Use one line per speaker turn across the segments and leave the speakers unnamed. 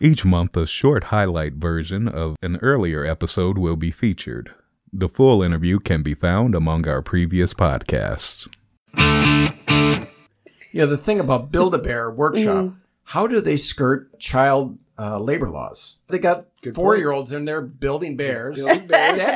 Each month, a short highlight version of an earlier episode will be featured. The full interview can be found among our previous podcasts.
You know, the thing about Build a Bear Workshop, how do they skirt child uh, labor laws? They got
Good point.
four year olds in there building bears.
Building bears.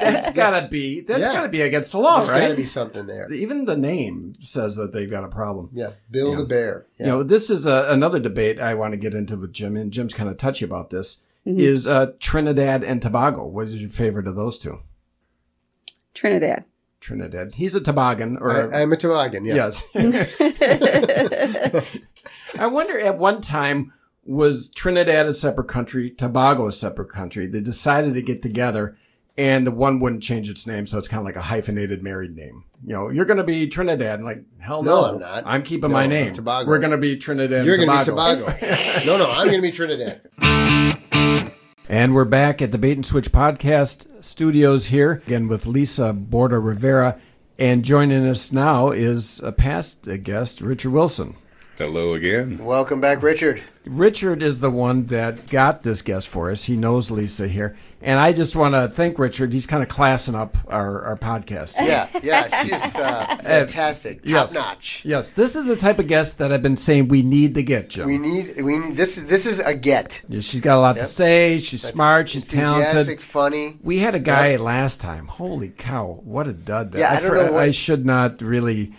That, that's gotta be that's
Yeah.
gotta be against the law,
There's got to
Oh, right?
be something there.
Even the name says that they've got a problem.
Yeah, build
Yeah.
a bear. Yeah.
You know, this is a, another debate I want to get into with Jim, and Jim's kind of touchy about this.
Mhm.
Mm-hmm.
Is uh, Trinidad and Tobago? What is your favorite of those two?
Trinidad.
Trinidad. He's a Toboggan, or
I, am a toboggan. Yeah.
yes. I wonder at one time was Trinidad a separate country, Tobago a separate country. They decided to get together and the one wouldn't change its name, so it's kind of like a hyphenated married name. You know, you're going to be Trinidad. and like, hell no.
No, I'm not.
I'm keeping
No,
my
I'm
name.
Tobago.
We're going to be Trinidad.
You're
and
going to be
Tobago.
Tobago. no, no, I'm going to be Trinidad.
And we're back at the Bait and Switch Podcast Studios here again with Lisa Borda Rivera. And joining us now is a past guest, Richard Wilson.
Hello again.
Welcome back, Richard.
Richard is the one that got this guest for us. He knows Lisa here. And I just want to thank Richard. He's kind of classing up our, our podcast.
Yeah, yeah, she's uh, fantastic, top
yes.
notch.
Yes, this is the type of guest that I've been saying we need to get, Jim.
We need, we need this. This is a get.
Yeah, she's got a lot
Yep.
to say. She's smart. She's
Enthusiastic,
talented.
funny.
We had a guy last time. Holy cow, what a dud! That.
Yeah, I don't know what-
I should not really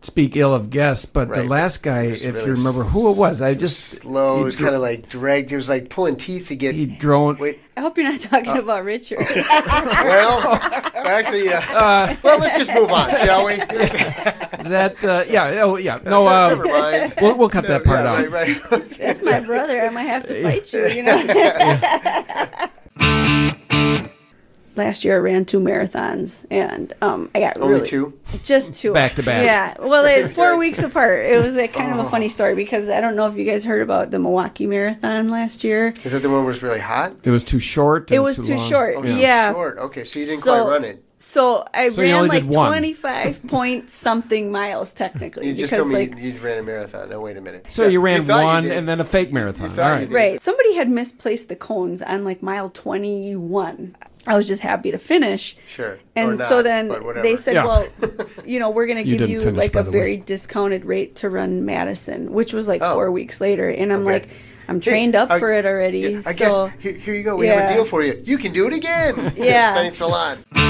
speak ill of guests, but the
Right.
last guy,
was
if
really
you remember who it was, I just
slow. It
he
was
dro-
kind of like dragged. It was like pulling teeth to get.
he droned.
Wait.
I hope you're not talking
Oh.
about Richard.
Well, actually, uh, well, let's just move on, shall we?
Um, That uh, yeah oh yeah no uh,
Never mind.
We'll, we'll cut that part
yeah,
out.
Right, right.
That's my brother. I might have to fight you, you know. Last year I ran two marathons and um, I got
Only
really
two.
just two
Back to back.
Yeah, well, they had four weeks apart. It was a kind of a
Oh.
funny story because I don't know if you guys heard about the Milwaukee Marathon last year.
Is that the one where it's really hot?
It was too short.
It was too
long.
short.
Oh,
yeah.
so Short. Okay, so you didn't
So-
quite run it.
So I
So you
ran
only
like
did one.
25 point something miles technically
You just
because
told me
like
you, you ran a marathon. No, wait a minute.
So
Yeah,
you ran
thought you
one
did.
and then a fake marathon. All
thought you
right.
did.
Right. Somebody had misplaced the cones on like mile 21. I was just happy to finish.
Sure.
And
Or not,
so then
but whatever.
they said,
Yeah.
well, you know, we're going to give
didn't
you
finish,
like
by
a
the way.
very discounted rate to run Madison, which was like
Oh.
four weeks later. And I'm like, I'm trained up
I-
for it already.
Yeah, I
so,
guess here, here you go. We have
Yeah.
a deal for you. You can do it again.
Yeah.
Thanks a lot.